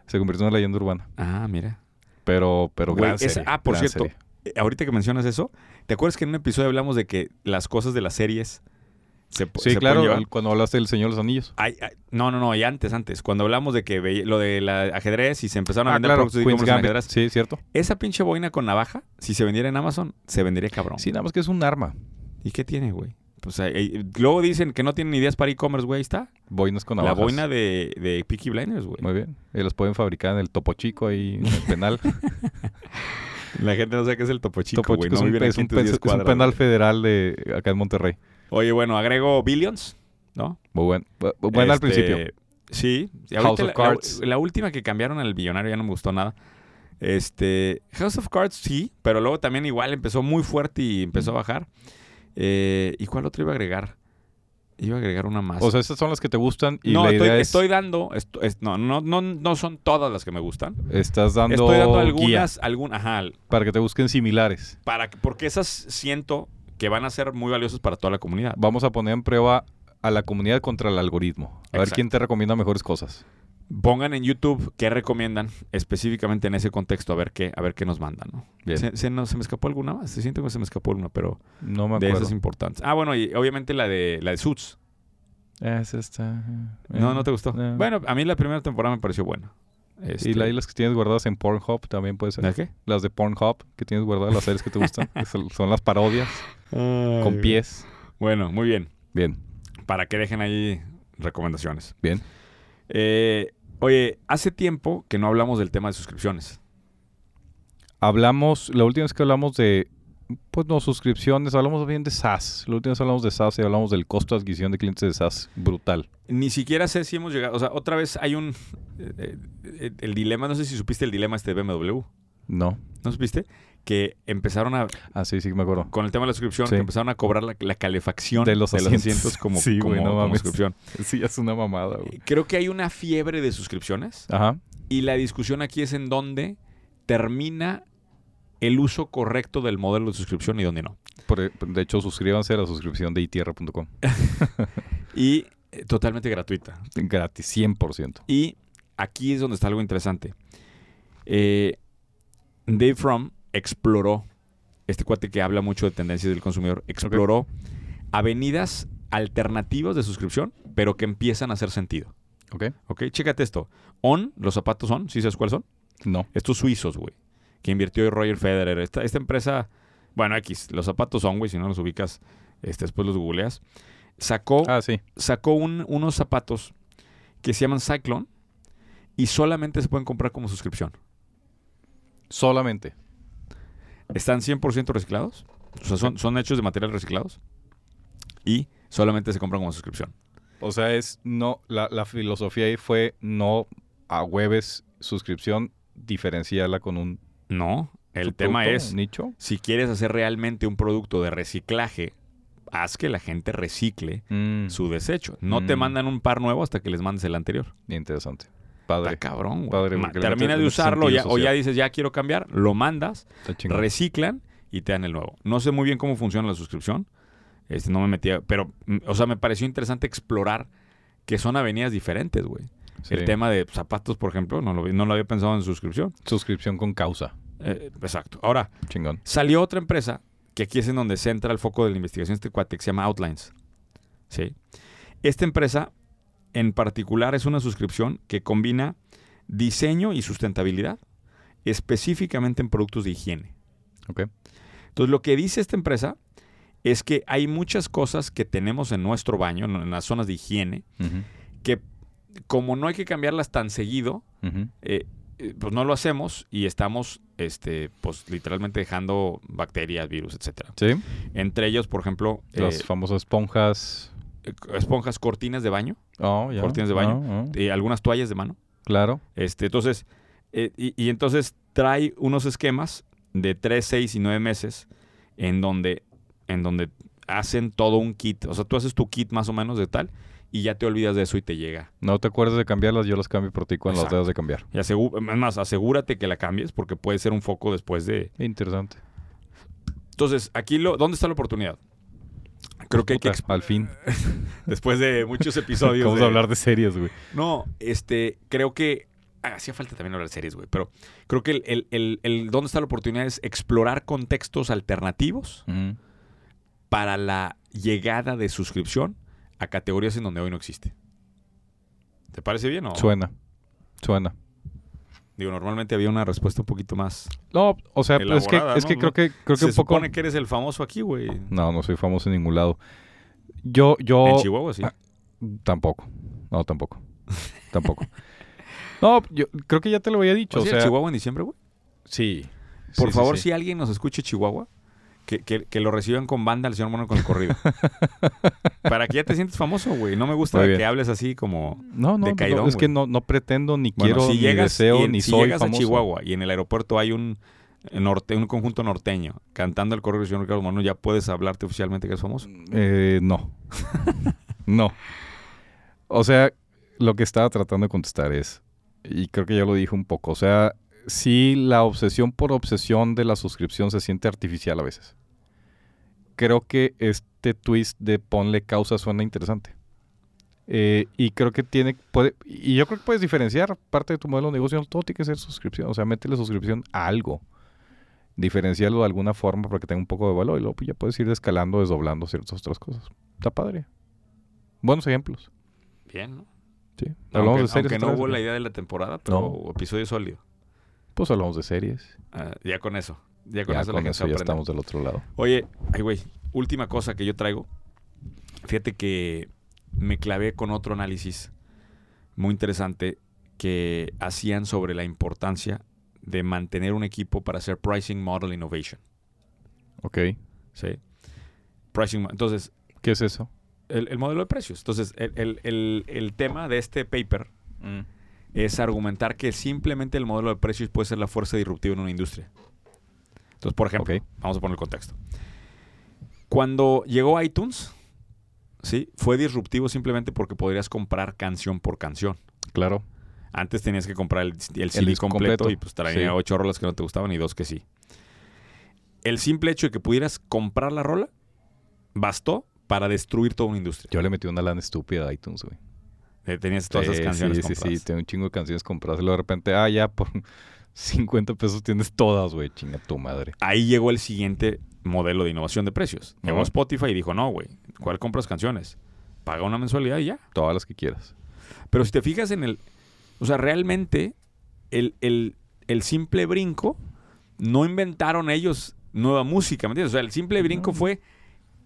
Se convirtió en una leyenda urbana. Ah, mira. Pero, pero Güey, gran esa- serie, ah, por gran cierto, serie. eh, ahorita que mencionas eso, ¿te acuerdas que en un episodio hablamos de que las cosas de las series se pu- Sí, se pueden claro, llevar. el- cuando hablaste del Señor de los Anillos. Ay, ay, no, no, no, y antes, antes, cuando hablamos de que veía- lo del ajedrez y se empezaron a Ah, vender claro, productos de Queen's e-commerce en Gambit. ajedrez, Sí, cierto. esa pinche boina con navaja, si se vendiera en Amazon, se vendería cabrón. Sí, nada más que es un arma. ¿Y qué tiene, güey? Pues, ahí- ahí- luego dicen que no tienen ideas para e-commerce, güey, ahí está. Boinas con La navajas. boina de, de Peaky Blinders, güey. Muy bien. Y los pueden fabricar en el Topo Chico ahí, en el penal. La gente no sabe qué es el Topo Chico, Topo güey. Chico es, No un, viven es aquí un en tus pen- 10 es un cuadras, penal güey. federal de acá en Monterrey. Oye, bueno, agrego Billions, ¿no? Muy buen, bu- buena al Este, principio. Sí. Y House ahorita of la- Cards. La, la última que cambiaron al billonario ya no me gustó nada. Este, House of Cards sí, pero luego también igual empezó muy fuerte y empezó a bajar. Eh, ¿Y cuál otro iba a agregar? Iba a agregar una más. O sea, estas son las que te gustan y no, la idea estoy, es, estoy dando, esto- es- no, no, no, no son todas las que me gustan. estás dando, estoy dando guía algunas, algún, ajá, para que te busquen similares. para, que- porque esas siento que van a ser muy valiosas para toda la comunidad. Vamos a poner en prueba a la comunidad contra el algoritmo. A ver Exacto. quién te recomienda mejores cosas. Pongan en YouTube qué recomiendan específicamente en ese contexto, a ver qué, a ver qué nos mandan, ¿no? Bien. Se, se nos- se me escapó alguna más. Se siente que se me escapó alguna, pero No me de acuerdo. esas importantes. Ah, bueno, y obviamente la de la de Suits. Es esta. eh. No, no te gustó. no. Bueno, a mí la primera temporada me pareció buena. Este, Y la- y las que tienes guardadas en Pornhub también puede ser. ¿La qué? Las de Pornhub que tienes guardadas, las series que te gustan. que son son las parodias con pies. Bueno, muy bien. Bien, Para que dejen ahí recomendaciones. bien. Eh, oye, hace tiempo que no hablamos del tema de suscripciones. Hablamos, la última vez que hablamos de, pues no, suscripciones, hablamos bien de SaaS. La última vez hablamos de SaaS y hablamos del costo de adquisición de clientes de SaaS. Brutal. Ni siquiera sé si hemos llegado. O sea, otra vez hay un. eh, eh, eh, el dilema, no sé si supiste el dilema este de BMW. No. ¿No supiste? Que empezaron a. Ah, sí, sí, me acuerdo. Con el tema de la suscripción, Sí. que empezaron a cobrar la, la calefacción De los asientos. como, Sí, como, güey, no como mames. suscripción. Sí, es una mamada, güey. Creo que hay una fiebre de suscripciones Ajá. y la discusión aquí es en dónde termina el uso correcto del modelo de suscripción y dónde no. Por- e, de hecho, suscríbanse a la suscripción de itierra.com. Y eh, totalmente gratuita. Gratis, 100%. Y aquí es donde está algo interesante. Eh, Dave Fromm exploró, este cuate que habla mucho de tendencias del consumidor, exploró avenidas alternativas de suscripción, pero que empiezan a hacer sentido. ¿Ok? Ok, chécate esto. On, los zapatos On, ¿sí sabes cuáles son? No. Estos suizos, güey, que invirtió Roger Federer. Esta, esta empresa, bueno, X, los zapatos On, güey, si no los ubicas, este, después los googleas. Sacó Ah, sí. sacó un- unos zapatos que se llaman Cyclone y solamente se pueden comprar como suscripción. Solamente. Están 100% reciclados, o sea, son, son hechos de materiales reciclados y solamente se compran como suscripción. O sea, es no, la, la filosofía ahí fue no a hueves suscripción, diferenciarla con un No, el tema subproducto, es, un nicho. si quieres hacer realmente un producto de reciclaje, haz que la gente recicle Mm, su desecho. No te Mm. mandan un par nuevo hasta que les mandes el anterior. interesante. Está Padre. cabrón, güey. Padre, Ma- porque le Termina metes- de le metes usarlo ya- sentido o ya social. dices, ya quiero cambiar, lo mandas Está chingón. reciclan y te dan el nuevo. No sé muy bien cómo funciona la suscripción. Este, no me metía, pero, mm, o sea, me pareció interesante explorar que son avenidas diferentes, güey. Sí. El tema de zapatos, por ejemplo, no lo, vi- no lo había pensado en suscripción. Suscripción con causa. Eh, exacto. Ahora, Chingón. salió otra empresa, que aquí es en donde se entra el foco de la investigación este cuate, que se llama Outlines. ¿Sí? Esta empresa, en particular, es una suscripción que combina diseño y sustentabilidad, específicamente en productos de higiene. Ok. Entonces, lo que dice esta empresa es que hay muchas cosas que tenemos en nuestro baño, en en las zonas de higiene, Ujú, que como no hay que cambiarlas tan seguido, ujú. eh, eh, pues no lo hacemos y estamos, este, pues literalmente dejando bacterias, virus, etcétera. Sí. Entre ellos, por ejemplo, eh, Las famosas esponjas. eh, esponjas, cortinas de baño, Oh, ya. cortinas de baño. Ah, ah, eh, algunas toallas de mano. Claro. Este, entonces, eh, y, y entonces trae unos esquemas de 3, 6 y 9 meses en donde, en donde hacen todo un kit. O sea, tú haces tu kit más o menos de tal y ya te olvidas de eso y te llega. No te acuerdas de cambiarlas, yo las cambio por ti cuando las Exacto. debas de cambiar. Y asegu- es más, asegúrate que la cambies porque puede ser un foco después de... Interesante. Entonces, aquí lo, ¿dónde está la oportunidad? Creo que hay que... Puta, Al fin. exp- Después de muchos episodios... Vamos de- a hablar de series, güey. No, este, creo que ah, hacía falta también hablar de series, güey, pero creo que el, el, el- el dónde está la oportunidad es explorar contextos alternativos Ujú. para la llegada de suscripción a categorías en donde hoy no existe. ¿Te parece bien o? Suena. Suena. Digo, normalmente había una respuesta un poquito más. No, o sea, es que, Elaborada, es que ¿no? creo que, creo que Se un poco. supone que eres el famoso aquí, güey. No, no soy famoso en ningún lado. Yo, yo. En Chihuahua, sí. Ah. Tampoco. No, tampoco. tampoco. No, yo creo que ya te lo había dicho. ¿Vas o a ir a sea, Chihuahua en diciembre, güey? Sí. Por Sí, sí, favor, sí. si alguien nos escuche Chihuahua, que, que- que lo reciban con banda al señor Mono con el corrido. Para que ya te sientes famoso, güey. No me gusta Muy bien. que hables así como... No, no, de no, Cairón, es que güey. no, no pretendo, ni Bueno, quiero, si ni llegas, y deseo, en- ni si soy llegas famoso. a Chihuahua y en el aeropuerto hay un norte, un conjunto norteño cantando el correo del señor Ricardo Mono, ya puedes hablarte oficialmente que es famoso. Eh, no. no. O sea, lo que estaba tratando de contestar es, y creo que ya lo dije un poco, o sea, sí la obsesión por obsesión de la suscripción se siente artificial a veces. Creo que este twist de ponle causa suena interesante. Eh, y creo que tiene, puede, y yo creo que puedes diferenciar parte de tu modelo de negocio, no todo tiene que ser suscripción, o sea, métele suscripción a algo diferenciarlo de alguna forma para que tenga un poco de valor y luego pues, ya puedes ir escalando, desdoblando ciertas otras cosas. Está padre. Buenos ejemplos. Bien, ¿no? Sí. Hablamos Aunque, de series. aunque no otra vez. hubo la idea de la temporada, pero No. episodio sólido. Pues hablamos de series. Ah, ya con eso. Ya con Ya eso la con gente eso ya aprende. estamos del otro lado. Oye, ay, güey, última cosa que yo traigo. Fíjate que me clavé con otro análisis muy interesante que hacían sobre la importancia de mantener un equipo para hacer pricing model innovation. Ok. ¿sí? Pricing, mo- entonces, ¿Qué es eso? el, el modelo de precios. Entonces, el, el- el- el tema de este paper Mm. es argumentar que simplemente el modelo de precios puede ser la fuerza disruptiva en una industria. Entonces, por ejemplo, Ok. vamos a poner el contexto. Cuando llegó iTunes, ¿sí? fue disruptivo simplemente porque podrías comprar canción por canción. Claro. Antes tenías que comprar el, el CD disco completo, completo, y pues traía sí. ocho rolas que no te gustaban y dos que sí. El simple hecho de que pudieras comprar la rola bastó para destruir toda una industria. Yo le metí una lana estúpida a iTunes, güey. Eh, Tenías todas esas Sí, canciones Sí, sí, compradas. sí. Tengo un chingo de canciones compradas. Y luego de repente, ah, ya por 50 pesos tienes todas, güey. Chinga tu madre. Ahí llegó el siguiente modelo de innovación de precios. Llegó Ajá. Spotify y dijo, no, güey, ¿cuál compras canciones? Paga una mensualidad y ya. Todas las que quieras. Pero si te fijas en el... O sea, realmente el, el- el simple brinco no inventaron ellos nueva música, ¿me entiendes? O sea, el simple brinco fue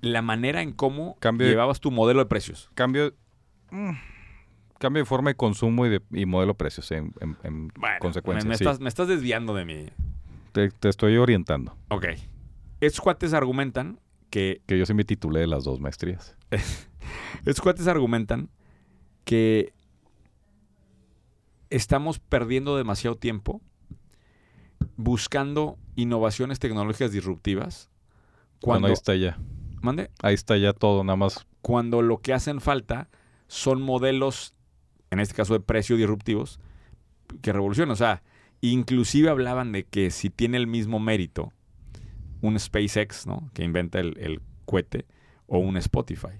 la manera en cómo Cambio de- llevabas tu modelo de precios. Cambio. mm, Cambio de forma de consumo y, de, y modelo de precios en, en- en Bueno, consecuencia. me, me sí. estás, me estás desviando de mi... te, te estoy orientando. Ok. Estos cuates argumentan que Que yo sí me titulé de las dos maestrías. Estos cuates argumentan que estamos perdiendo demasiado tiempo buscando innovaciones tecnológicas disruptivas Bueno, cuando, ahí está ya. ¿Mande? Ahí está ya todo, nada más. cuando lo que hacen falta son modelos, en este caso de precio disruptivos, que revolucionan. O sea, inclusive hablaban de que si tiene el mismo mérito un SpaceX, ¿no? Que inventa el, el cohete, o un Spotify,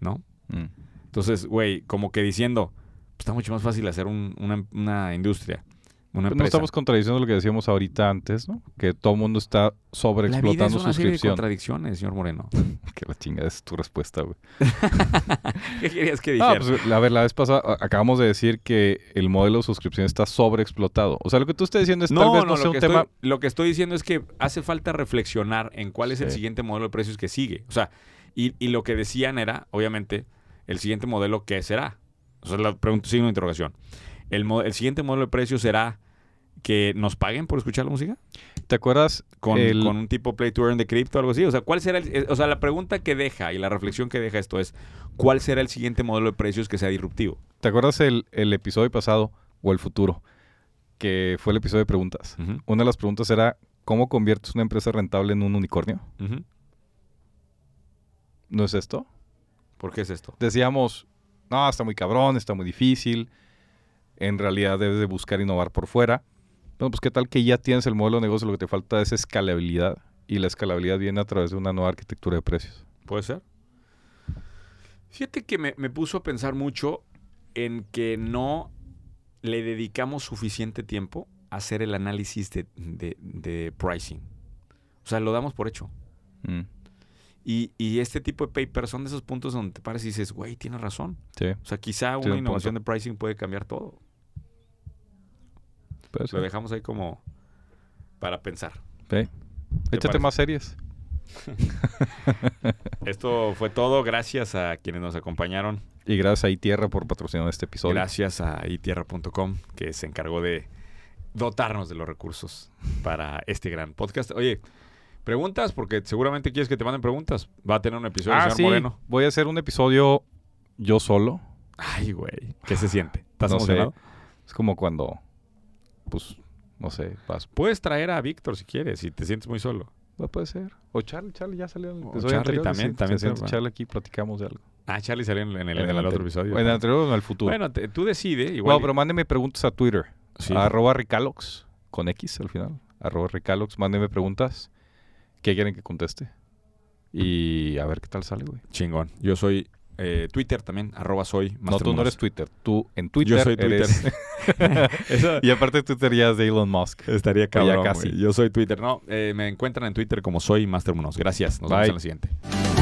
¿no? Mm. Entonces, güey, como que diciendo, pues, está mucho más fácil hacer un- una, una industria, una Pero Pues, no empresa. estamos contradiciendo lo que decíamos ahorita antes, ¿no? Que todo el mundo está la vida es sobreexplotando una serie de suscripción. contradicciones, señor Moreno. Que la chinga es tu respuesta, güey. ¿Qué querías que dijera? Ah, pues, a ver, la vez pasada a- acabamos de decir que el modelo de suscripción está sobreexplotado. O sea, lo que tú estás diciendo es tal vez no, sea lo un que, tema. estoy, lo que estoy diciendo es que hace falta reflexionar en cuál es el Sí. siguiente modelo de precios que sigue. O sea, y, y lo que decían era, obviamente, el siguiente modelo, ¿qué será? O sea, la pregunta, signo de interrogación. El, mo- el siguiente modelo de precios será que nos paguen por escuchar la música. ¿Te acuerdas con, el- con un tipo play to earn de cripto o algo así. O sea, ¿cuál será el- eh, o sea, la pregunta que deja y la reflexión que deja esto es ¿cuál será el siguiente modelo de precios que sea disruptivo? ¿Te acuerdas el, el episodio pasado o el futuro? Que fue el episodio de preguntas. Ujú, Una de las preguntas era: ¿Cómo conviertes una empresa rentable en un unicornio? ujú. ¿No es esto? ¿Por qué es esto? decíamos, no, está muy cabrón, está muy difícil. En realidad debes de buscar innovar por fuera. Bueno, pues qué tal que ya tienes el modelo de negocio, lo que te falta es escalabilidad. Y la escalabilidad viene a través de una nueva arquitectura de precios. ¿Puede ser? Fíjate que me, me puso a pensar mucho en que no le dedicamos suficiente tiempo a hacer el Mm, análisis de, de- de pricing. O sea, lo damos por hecho. Y, y este tipo de papers son de esos puntos donde te paras y dices, güey, tienes razón. Sí, O sea, quizá Tiene una un innovación de pricing puede cambiar todo. pues, Lo dejamos ahí como para pensar. sí. Échate parece? más series. Esto fue todo. Gracias a quienes nos acompañaron. Y gracias a iTierra por patrocinar este episodio. Gracias a itierra.com que se encargó de dotarnos de los recursos para este gran podcast. Oye, preguntas, porque seguramente quieres que te manden preguntas. Va a tener un episodio del Ah, señor sí. Moreno. Voy a hacer un episodio yo solo. Ay, güey. ¿Qué se siente? ¿Estás No sé. emocionado? Es como cuando, pues, no sé, vas. Puedes traer a Víctor si quieres, si te sientes muy solo. Ah, Puede ser. O Charlie, Charlie ya salió. en el O episodio Charlie anterior, también, sí, también se siente sirva. Charlie aquí, platicamos de algo. Ah, Charlie salió en el, en el- en el otro anteri- episodio. En el anterior o en el futuro. Bueno, te- tú decides. Igual Bueno, pero mándeme preguntas a Twitter. Sí. Arroba Ricalox, con X al final. Arroba Ricalox, mándeme preguntas. ¿Qué quieren que conteste? Y a ver qué tal sale, güey. Chingón. Yo soy eh, Twitter también, arroba soy. No, tú no eres Twitter. Tú en Twitter. Yo soy Twitter. eres- Eso y aparte Twitter ya es de Elon Musk. estaría cabrón. casi. güey. Yo soy Twitter. No, eh, me encuentran en Twitter como soy Master Munoz. Gracias. Nos Bye. vemos en la siguiente. Thank